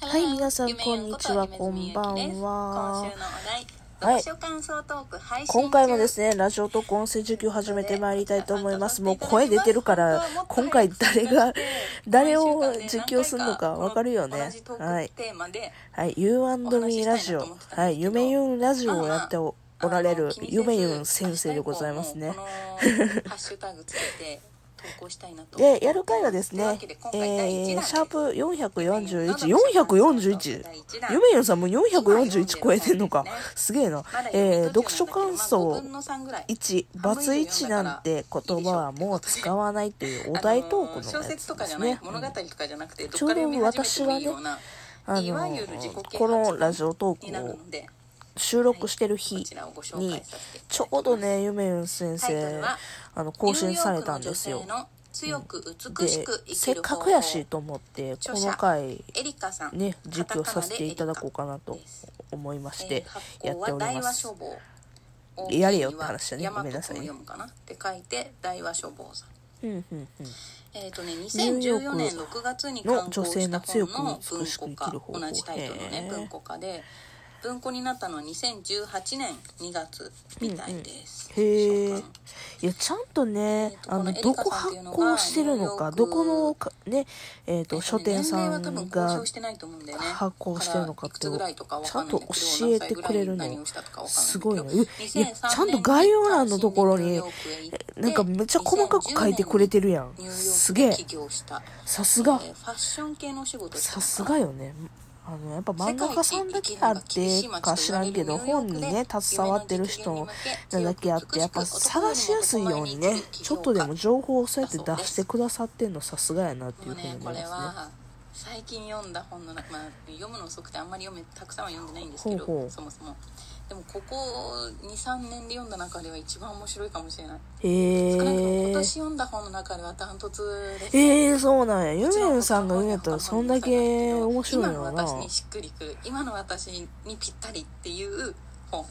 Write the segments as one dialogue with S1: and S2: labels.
S1: は
S2: はいい、
S1: 皆
S2: 皆
S1: さ
S2: さ
S1: ん
S2: んこんにちは、こんばんは。
S1: は
S2: はいい
S1: 今
S2: 今
S1: 回
S2: 回
S1: も
S2: も
S1: で
S2: ですす
S1: ね
S2: ね、ラジオと音声授業始めてまいりたいと思います。もう声出てるから、今回誰が、 誰
S1: 誰
S2: を
S1: を
S2: 実
S1: 実況
S2: 況
S1: す
S2: す
S1: る
S2: る
S1: の
S2: の
S1: か
S2: か
S1: わ
S2: わ
S1: か
S2: か
S1: る
S2: る
S1: よ
S2: よ
S1: ね
S2: ね。
S1: は
S2: はいい。
S1: はい、You and Me ラジ
S2: お話ししたいなと思ってたんです。け
S1: オ
S2: ど
S1: はい、夢ユンラジオをやっておおられ
S2: あ
S1: る
S2: の
S1: 夢ユン先生でございま すね。
S2: 気にせず明日以降もこのハッシュタグつけて投稿したいな と
S1: で、やる回はです
S2: というわ
S1: ね
S2: けで今、
S1: え
S2: 回第一弾
S1: ー、
S2: です
S1: シャープ441、441?
S2: 第一弾
S1: 夢ゆんさんも441超えてんのか
S2: 今読んでるんですね。
S1: すげえな
S2: まだ。読み
S1: えー、
S2: 途
S1: 読
S2: 中
S1: 書
S2: なんだけどまあ五
S1: 感想
S2: 分の三ぐらい
S1: 1、バツ1なんて言葉はもう使わないというお題トーク
S2: あ
S1: の
S2: 小
S1: やつで
S2: 説とかじ
S1: す
S2: ゃない、
S1: ね。
S2: 物語とかじゃなくて
S1: ちょうど私はねあ
S2: あ
S1: の
S2: のいわゆる自己啓発
S1: このラジオト
S2: にな
S1: ー
S2: る
S1: クを
S2: ので
S1: 収録してる日
S2: こちらをご紹介させていただきます
S1: ちょうどね、ゆめゆん先
S2: タイトル
S1: 生
S2: は、
S1: あの、更新されたんですよ
S2: ニュー。ヨークの女性の強く美し
S1: で
S2: く、生
S1: せ
S2: き
S1: っ
S2: る
S1: か
S2: 方法
S1: くやしと思って、この回、
S2: エリカさん
S1: ね、実況させていただこうかなと思いま
S2: カタ
S1: し
S2: カナでエリ
S1: て
S2: カ発、
S1: やっ
S2: 行
S1: て
S2: は
S1: おり
S2: 大
S1: ま
S2: 和
S1: す
S2: 書。房
S1: やれよって話だね
S2: 大きいには
S1: ごめんなさいね
S2: 大和と読むかなって書いて大和書房さん
S1: うんうんうん
S2: えーとね、
S1: ューヨー
S2: 2014
S1: ク
S2: 年6月に刊
S1: の
S2: 行
S1: 女
S2: し
S1: 性
S2: た
S1: の強
S2: 本
S1: く
S2: の
S1: 美
S2: 文
S1: しく
S2: 庫
S1: 生き
S2: 化
S1: る方法
S2: 同じタイトルのね
S1: へー
S2: 文庫化で文庫になったのは2018年2月みたいです、
S1: へえ
S2: 初版。
S1: いや、ちゃんとね、
S2: えーと
S1: あ
S2: この
S1: の、
S2: エリカ
S1: どこ
S2: さんっ
S1: 発
S2: ていうのが
S1: 行してるの
S2: ニ
S1: か、
S2: ューヨ
S1: ど
S2: ーク
S1: このか、ね、えっ
S2: えーとね
S1: と、書店さん
S2: 年齢は多分公
S1: が
S2: 表してないと思うんだよね
S1: 発行してるのかって
S2: だらいくつぐらいとかわかんないんだけど
S1: ちゃんと教えてくれるの
S2: 何歳ぐらいに何をしたとかわかんないんだけど
S1: すごいねえいや
S2: 2003
S1: ちゃんと概要欄のところに
S2: 年にニューヨークへ行って
S1: なんかめっちゃ細かく書いてくれてるやん
S2: ニュー。ヨークです
S1: げえ。
S2: 起業した
S1: さすが
S2: え。ーファッション系のお仕事をしてた
S1: さ
S2: のかな
S1: すがよね。あの、やっぱ漫画家さんだけあってか知らんけど、本にね、携わってる人なだけあって、やっぱ探しやすいようにね、ちょっとでも情報をそうやって出してくださってんのさすがやなってい
S2: も
S1: う
S2: う
S1: ふうに
S2: ね
S1: 思
S2: こ
S1: い
S2: れ
S1: ますね。
S2: は最近読んだ本の中、まあ、読むの遅くてあんまり読めたくさんは読んでないんですけど
S1: ほうほう
S2: そもそもでもここ23年で読んだ中では一番面白いかもしれない、少なくとも
S1: へ
S2: 今
S1: え
S2: 年。読んだ本の中ではダントツです
S1: ええ、そうなんや。ゆめゆんさんが言うんやったら、そんだけ面白い
S2: 今の
S1: よな
S2: 私。にしっくりくる今の私にぴったりっていう本
S1: へ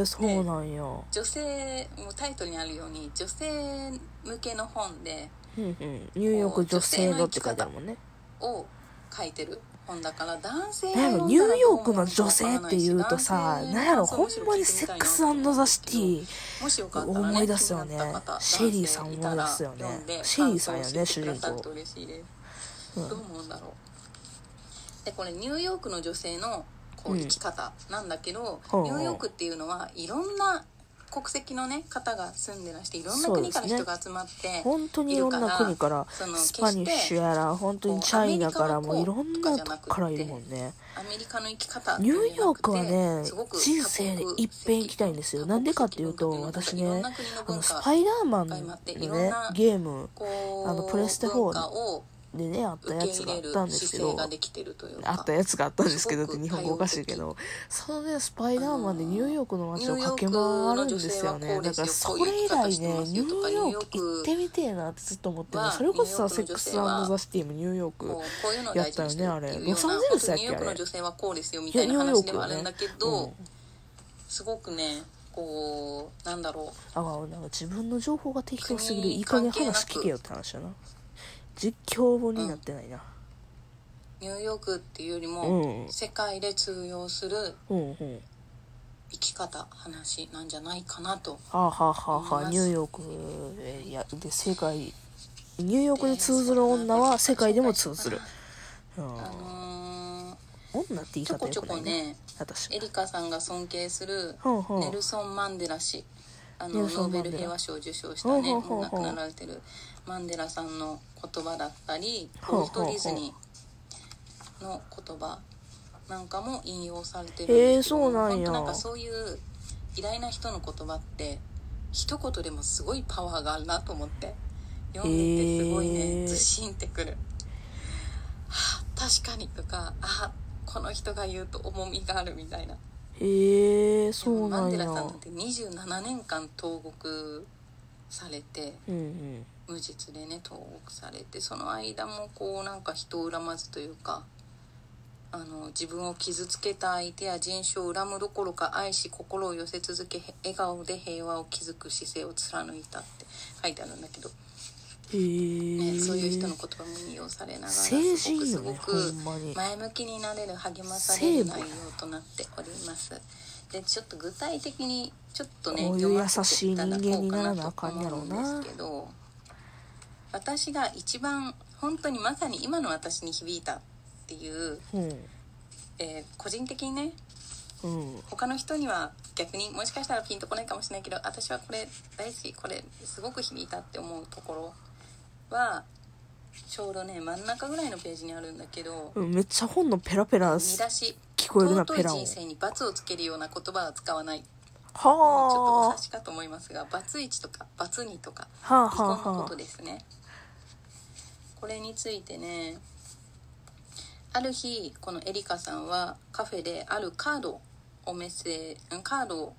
S1: え、そうなんや。う
S2: 女性もうタイトルにあるように女性向けの本で
S1: んうん。ニューヨーク女性のって書いてあるもんね。
S2: を書いてる本だから男性
S1: なんやろニューヨークの女性っていうとさ、なんやろほんまにセックスザシティ
S2: もしよかったら、ね、
S1: 思い出すよね
S2: 気になった方
S1: シェリーさん思い出すよね
S2: 男性いたら読で
S1: シェリーさんよね
S2: 感想を教えてくださる
S1: 主人公
S2: と嬉しいです、
S1: うん
S2: どう思うんだろうでこれニューヨークの女性のこ
S1: う
S2: うん生き方なんだけど、
S1: ほう
S2: ニューヨークっていうのはいろんな国籍のね方が住んでらしていろんな国から人が集まって、
S1: 本当にいろんな国から
S2: その
S1: スパニッシュやら本当にチャイナからもいろんなとこからいるもんね
S2: アメリカの生き方
S1: ニューヨークはね
S2: すごく
S1: 人生でいっぺん行きたいんですよ
S2: 多国籍
S1: なんでかっていうと
S2: 多国籍い
S1: 私
S2: ろん
S1: ね
S2: な国の
S1: あ
S2: 文化
S1: のスパイダーマンのねゲーム
S2: こう
S1: あのプレステ4
S2: 文化を
S1: でねあった
S2: 受
S1: や
S2: け
S1: つ
S2: 入
S1: があ
S2: れ
S1: っ
S2: る
S1: た
S2: 姿
S1: んですけ
S2: 勢
S1: ど
S2: ができてるというか
S1: あったやつがあったんですけどって日本語おかしいけどそのねスパイダーマンでニューヨークの街を駆け回るんですよねだからそれ以来ねニューヨーク行ってみてえなってずっと思ってるのそれこそさセックスザシティもニューヨーク
S2: こうこういうのを大事にしてるっていうような
S1: やったよねあれロサンゼルスやっけ
S2: 本当にニューヨーク
S1: あ
S2: の
S1: れ
S2: 女性はこうですよみたいな話ではあるんだけど、
S1: うん
S2: すごくねこうなんだろう
S1: あなんか自分の情報が適当すぎるいい加減話聞けよって話だな実況本になってないな
S2: ニューヨークっていうより
S1: う
S2: も、
S1: んうん
S2: 世界で通用する
S1: うん
S2: 生き方話なんじゃないかなと
S1: はあはあはあはあニューヨークえいやで世界ニューヨークで通ずる女は世界でも通ずる、うん、
S2: あ
S1: 女
S2: の
S1: って言
S2: ー、
S1: い
S2: ちょ
S1: 方
S2: こ
S1: よ
S2: ちょ
S1: くな
S2: こ
S1: いね
S2: ね
S1: 私
S2: エリカさんが尊敬する
S1: ほうほう
S2: ネルソン・マンデラ氏あ
S1: ネ
S2: の
S1: ル
S2: ノ
S1: ソン
S2: ー
S1: マ
S2: ベ
S1: ンデラ
S2: ル平和賞を受賞したね
S1: ほ
S2: も
S1: うほうほう
S2: う亡
S1: ほう
S2: くなられてるマンデラさんの言葉だったり
S1: ほう
S2: ウォ
S1: ほ
S2: ル
S1: うほう
S2: ト・ディズニーの言葉なんかも引用されてる
S1: へえそうなんや
S2: ほとなんかそういう偉大な人の言葉って一言でもすごいパワーがあるなと思って読んでてすごい
S1: へえ
S2: ねずしんってくる。はあ確かにとかあこの人が言うと重みがあるみたいな
S1: へえ
S2: で
S1: そ
S2: も
S1: うな
S2: マン
S1: ん
S2: デ
S1: や
S2: ラさんなんて27年間投獄されて
S1: うんうん
S2: 無実でね投獄されてその間もこうなんか人を恨まずというかあの自分を傷つけた相手や人種を恨むどころか愛し心を寄せ続けへ笑顔で平和を築く姿勢を貫いたって書いてあるんだけど
S1: へえ、
S2: ね、そういう人の言葉も引用されながらす
S1: 成
S2: ご
S1: 人
S2: く
S1: よ
S2: す
S1: ね
S2: ご
S1: ほ
S2: く
S1: んまに
S2: 前向きになれる励まされる
S1: 聖母
S2: 内
S1: や
S2: 容となっておりますでちょっと具体的にちょっとね
S1: こういう
S2: 読ませていただこうかなと
S1: 優しい人間にならなあかんや
S2: 思
S1: ろ
S2: う
S1: うんな
S2: ですけど私が一番本当にまさに今の私に響いたっていう、えー個人的にね
S1: うんうん
S2: 他の人には逆にもしかしたらピンとこないかもしれないけど私はこれ大好きこれすごく響いたって思うところはちょうどね真ん中ぐらいのページにあるんだけど
S1: うんめっちゃ本のペラペラ
S2: 見出し
S1: 聞こえるな
S2: 尊
S1: ペ
S2: い
S1: ラ音
S2: 人生に罰をつけるような言葉は使わないもうちょっとお
S1: は
S2: 察しかと思いますが罰1とか罰2とか
S1: あはあ
S2: 離
S1: は
S2: 婚の
S1: あ
S2: こ
S1: は
S2: とですねこれについてねある日このエリカさんはカフェであるカードをメッセんカード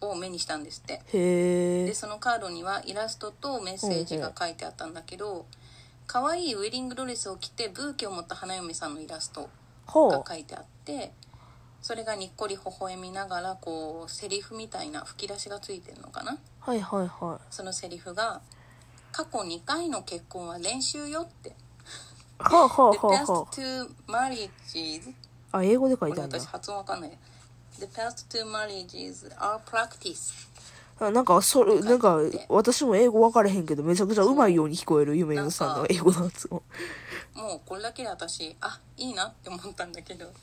S2: を目にしたんですって
S1: あへ
S2: で
S1: え
S2: そのカードにはイラストとメッセージが書いてあったんだけど可愛いウェディングドレスを着てブーケを持った花嫁さんのイラストが
S1: ほ
S2: 書いてあってそれがにっこり微笑みながらこうセリフみたいな吹き出しがついてるのかな
S1: うはいはいは
S2: そのセリフが「過去2回の結婚は練習よ」って
S1: いはあ
S2: 「
S1: はあ
S2: The
S1: はあは
S2: past two marriages」
S1: ああ英語で書
S2: こ
S1: い
S2: れ
S1: てあるん
S2: 私発音わかんない「The past two marriages are practice
S1: だあなんかそれなんか私も英語分かれへんけどめちゃくちゃうまいように聞こえるゆめゆうさんの英語のやつも」
S2: もうこれだけで私あいいなって思ったんだけど。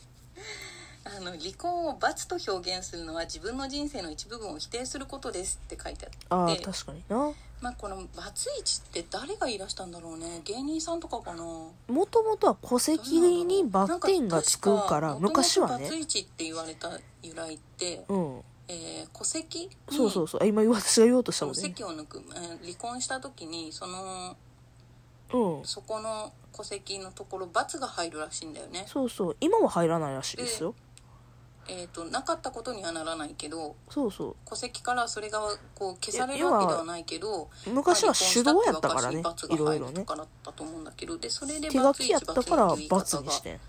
S2: あの離婚を罰と表現するのは自分の人生の一部分を否定することですって書いてあ
S1: あ
S2: っ
S1: あ
S2: て
S1: 確かにな
S2: まあこのバツイチって誰が言い出したんだろうね芸人さんとかかな
S1: もともとは戸籍にバッテンがつくから昔は
S2: バツ
S1: ね
S2: イチって言われた由来って、
S1: うん
S2: えー戸籍に
S1: そうそうそうあ今私が言おうとした
S2: そ
S1: も
S2: の
S1: んね
S2: 籍を抜く、えー離婚した時にその
S1: うん
S2: そこの戸籍のところ罰が入るらしいんだよね
S1: そうそう今は入らないらしいですよ
S2: えっ、となかったことにはならないけど
S1: そうそ
S2: 戸籍からそれがこう消されるわけではないけど
S1: う昔は手動やったからね
S2: まあ離婚したって
S1: い
S2: いう
S1: ろい
S2: 証に罰
S1: ろ
S2: が入る
S1: ね
S2: からだったと思うんだけどでそれで
S1: 手書
S2: 罰
S1: きやったから罰にしてん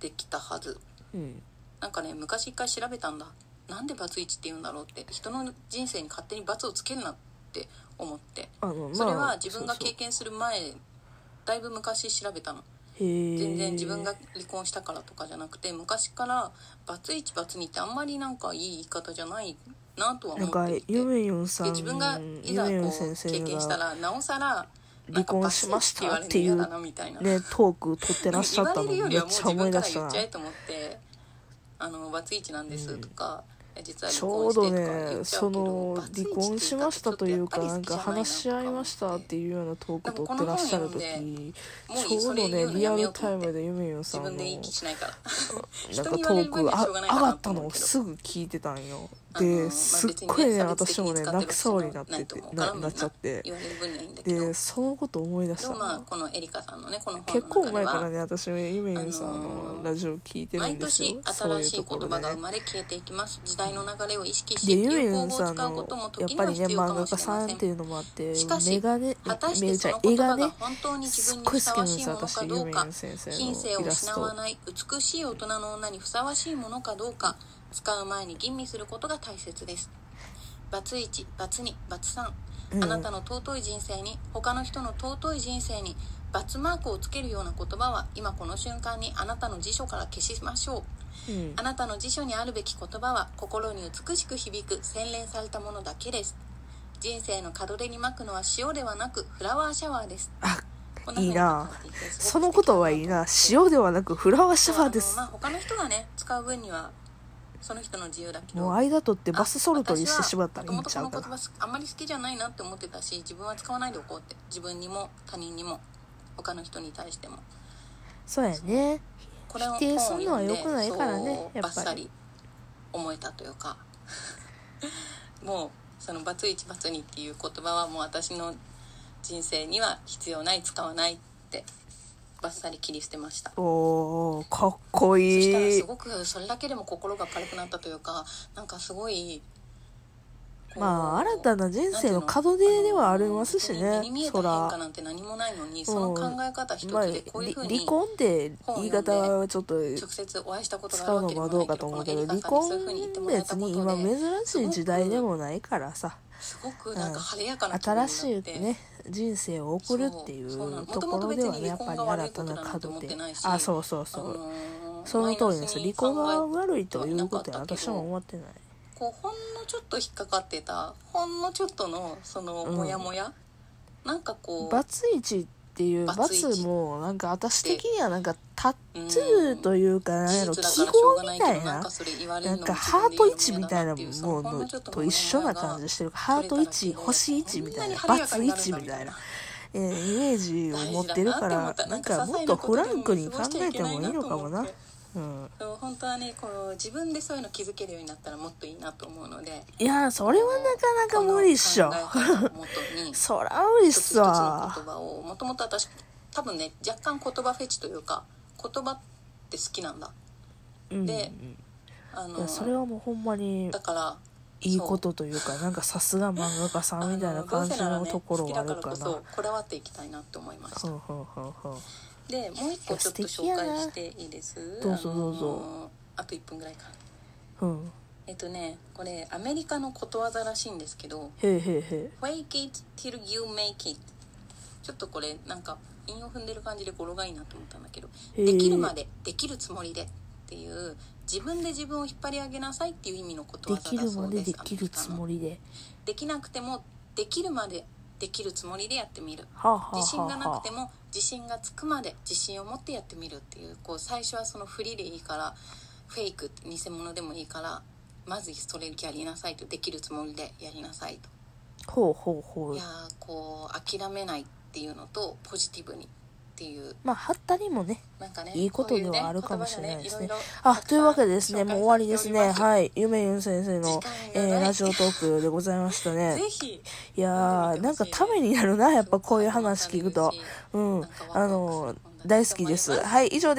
S2: できたはず
S1: うん
S2: なんかね昔一回調べたんだなんでバツイチって言うんだろうって人の人生に勝手に罰をつけるなって思って
S1: あのまあ
S2: それは自分が
S1: そうそ
S2: 経
S1: う
S2: 験する前だいぶ昔調べたの
S1: へえ
S2: 全然自分が離婚したからとかじゃなくて昔からバツイチバツ2ってあんまりなんかいい言い方じゃないなとは
S1: なん
S2: 思
S1: か
S2: っていて
S1: ゆめゆんさん
S2: で自分がい
S1: ゆ
S2: ざ
S1: めゆ
S2: こ
S1: ん
S2: う
S1: 先
S2: 経
S1: 生
S2: 験した
S1: が
S2: らなおさら
S1: 離婚しましたっていう
S2: なんかバツイチって言われるの嫌だなみたいな
S1: ねトーク取ってらっしゃったの
S2: 言われる
S1: に
S2: より
S1: めっ
S2: はもう
S1: ち
S2: 自
S1: ゃ
S2: 分から言っ
S1: 思い出したな
S2: ちゃえと思って「あのバツイチなんです」とか、え実は
S1: ち
S2: 離婚
S1: ょう
S2: して」
S1: ど
S2: とか
S1: ね
S2: 言っちゃ
S1: そ
S2: けどバツイチって言
S1: うの離婚しましたというか
S2: ちょっ
S1: な
S2: やっぱ
S1: ん
S2: り好きじゃ
S1: か
S2: い
S1: 話し合いましたっていうようなトーク取ってらっしゃる時
S2: でもこの本読ん
S1: ち
S2: もういいそ
S1: ょうど
S2: れ言
S1: ね
S2: うの
S1: リ
S2: や
S1: ア
S2: めよ
S1: ル
S2: うと
S1: タイ
S2: 思って
S1: ムでゆめゆんさ
S2: 自
S1: んの
S2: 分で言い気しないから人
S1: なんか
S2: に言わ
S1: ト
S2: れる分
S1: ーク
S2: にはしょうがな
S1: あ上
S2: いか
S1: が
S2: な
S1: っ
S2: と
S1: た
S2: 思
S1: の
S2: う
S1: を
S2: けど
S1: すぐ聞いてたんよ
S2: あのまあ
S1: ですっごい
S2: 別
S1: ね私もね
S2: 差別
S1: 泣
S2: 的
S1: きそうに
S2: 使
S1: なっ
S2: る
S1: てて
S2: 人もないと思うから
S1: ななっちゃって
S2: 言われる分にはいいんだけど
S1: でそのこと思い出し
S2: で
S1: た
S2: もまあ
S1: の
S2: このエリカさんのねこの本
S1: 結
S2: の
S1: 構
S2: 中で
S1: 前から
S2: は
S1: ね私もゆめゆんさん
S2: あ
S1: の
S2: のー
S1: ラジオ聞いてる
S2: 毎
S1: んです
S2: 年
S1: よそう
S2: 新
S1: いう
S2: し
S1: と
S2: い
S1: こ
S2: 言
S1: ろ
S2: 葉
S1: で
S2: が生
S1: ね
S2: まれ消えていきます時代の流れを意識し
S1: で
S2: て
S1: ゆめ
S2: 流
S1: ゆ
S2: 行
S1: ん
S2: 語を
S1: さん
S2: 使う
S1: の
S2: ことも
S1: やっ
S2: 時に
S1: ぱ
S2: は
S1: りね
S2: 必要
S1: 漫
S2: か
S1: 画
S2: も
S1: 家
S2: しれま
S1: さん
S2: せ
S1: っ
S2: ん
S1: ていうのもあって
S2: しかし
S1: メガネ
S2: 果たし
S1: メ
S2: て
S1: じ
S2: そ
S1: ゃ
S2: の言
S1: 絵
S2: 葉
S1: がね
S2: が本当に自
S1: すっ
S2: 分に
S1: ご
S2: ふ
S1: い好
S2: さ
S1: きな
S2: わしいものか
S1: んです私ゆ
S2: どう
S1: め
S2: か
S1: ゆん先生
S2: 品性
S1: の
S2: を
S1: イラス
S2: 失わ
S1: ト
S2: ない美しい大人の女にふさわしいものかどうか使う前に吟味することが大切ですバツ1バツ2バツ3、
S1: うん
S2: あなたの尊い人生に他の人の尊い人生にバツマークをつけるような言葉は今この瞬間にあなたの辞書から消しましょう
S1: うん
S2: あなたの辞書にあるべき言葉は心に美しく響く洗練されたものだけです人生の門出にまくのは塩ではなくフラワーシャワーです
S1: あ
S2: こん
S1: いいな
S2: 風に書いていてす
S1: そ
S2: ご
S1: の
S2: く素敵だ
S1: 言葉はいいな
S2: と思って
S1: 塩ではなくフラワーシャワーで
S2: あ
S1: す
S2: のまあ、他の人がね使う分にはその人の自由だけど
S1: もう間取ってバスソルトにしてしまったらいいん
S2: 私
S1: ち
S2: は
S1: ゃ
S2: も
S1: う
S2: と
S1: か
S2: もとこの
S1: な
S2: 言葉あんまり好きじゃないなって思ってたし自分は使わないでおこうって自分にも他人にも他の人に対しても
S1: そうやね
S2: これを
S1: 否定するのは
S2: 本を
S1: 良
S2: 読
S1: く
S2: ん
S1: な
S2: で
S1: いからね
S2: そう
S1: やっぱり
S2: バッサリ思えたというかもうその「バツイチバツ2」っていう言葉はもう私の人生には必要ない使わないってバッサリ切り捨てました
S1: おーかっこ
S2: そしたら
S1: いい
S2: すごくそれだけでも心が軽くなったというかなんかすごいこう
S1: まあ新たな人生の門
S2: なんていう
S1: 出
S2: の
S1: ではありますし
S2: あの
S1: ね
S2: 目に見えた
S1: そ
S2: 変
S1: ら
S2: 化なんて何もないのにその考え方一
S1: まあ
S2: つで
S1: り
S2: こういうふうに
S1: 離婚って言い方はちょっと
S2: 直接お会いしたことがあ
S1: 使
S2: る
S1: う
S2: わ
S1: の
S2: けで
S1: か
S2: も
S1: ど
S2: な
S1: う
S2: いけ
S1: か
S2: ど
S1: と
S2: こ
S1: 思う
S2: のエリカさんにそういうふ
S1: けど離
S2: うに言って
S1: 婚
S2: もらえた
S1: 別
S2: こ
S1: に
S2: と
S1: 今
S2: で
S1: 珍しい時代でもないからさ
S2: すごくなんか晴れやかな気分にな
S1: 新
S2: って
S1: しいね人生を送るってい
S2: そうそう
S1: う
S2: なの
S1: ところではねやっ
S2: 元
S1: ぱり
S2: 々
S1: 新
S2: 別
S1: た
S2: に離婚が悪いことな
S1: な
S2: んて思
S1: 角
S2: っ
S1: で
S2: てないし
S1: あそうそう
S2: あ
S1: そう
S2: のー
S1: その通りなんですよ
S2: マイナスに
S1: 離
S2: 考
S1: 婚
S2: え
S1: が悪いということは
S2: なかったけ
S1: 私
S2: ど
S1: も思ってない
S2: こうほんのちょっと引っかかってたほんのちょっとのその
S1: うん
S2: モヤモヤ、なんかこう
S1: バツイチっていう
S2: バツイチ
S1: 罰もなんか私的にはなんかタトゥーというかなんやろ
S2: 事
S1: 記
S2: 実だからしょう
S1: 号
S2: がない
S1: み
S2: けど
S1: た
S2: な
S1: い
S2: ん
S1: な
S2: かそれ言われるの
S1: なん
S2: も
S1: かハート位置みたいな
S2: 自分で言
S1: も
S2: うの嫌だなっていうそ
S1: の
S2: ちょっと
S1: と一緒な感じしてるハート位置星位置みたいなバツ位置みたいな、えーイメージを持ってるからなんかもっとフランクに考えてもいいのかもなうん
S2: そう本当はねこう自分でそういうの気づけるようになったらもっといいなと思うので
S1: いやーそれはなかなか無理っしょ
S2: この考え方をもと に
S1: そら無理っ
S2: 一つ一つ
S1: す
S2: の
S1: わ
S2: 言葉をもともと私多分ね若干言葉フェチというか言葉って好きなんだ
S1: うんうん
S2: であ
S1: いや
S2: の
S1: それはもうほんまに
S2: だから
S1: いいことというかなんかさすが漫画家さんみたいな感じのところはある
S2: ど
S1: か
S2: うせ
S1: な
S2: ならね好きだからこそこだわっていきたいなって思いました
S1: ほんほんほんほん
S2: でもう一個ちょっと紹介していいです
S1: どうぞどうぞ
S2: あのあと1分ぐらいか
S1: うん
S2: えっとねこれアメリカのことわざらしいんですけど
S1: へえへえへ
S2: Fake it till you make it ちょっとこれなんか韻を踏んでる感じで語呂がいいなと思ったんだけど
S1: へえ
S2: できるまでできるつもりでっていう自分で自分を引っ張り上げなさいっていう意味のこと
S1: えで
S2: わざ
S1: き
S2: だ
S1: る
S2: そ
S1: ま
S2: う
S1: で
S2: です
S1: できるつもりで
S2: アメリカのできなくてもできるまでできるつもりでやってみる
S1: はあはあはあはあ
S2: 自信がなくても自信がつくまで自信を持ってやってみるっていうこう最初はそのフリでいいからフェイク偽物でもいいからまずそれやりなさいとできるつもりでやりなさいと
S1: ほうほうほ
S2: いうやーこう諦めないっていうのとポジティブにっていう
S1: まあはったりもね
S2: なんかね
S1: いいこと
S2: こういう
S1: で
S2: ね
S1: はあるかもしれないですね。あ、とい
S2: 言
S1: う
S2: 葉
S1: わ
S2: が
S1: けで
S2: ね
S1: ですね、
S2: いろ
S1: も
S2: い
S1: う
S2: ろ
S1: 終わりですね。
S2: たくさん紹介されております
S1: はい。ゆめゆん先生の
S2: 時、間が
S1: え
S2: な
S1: ー
S2: い
S1: ラジオトークでございましたね。
S2: ぜひ
S1: いやー、なんかためになるな、やっぱこういう話聞くと。うん。あの、大好きです。はい、以上です。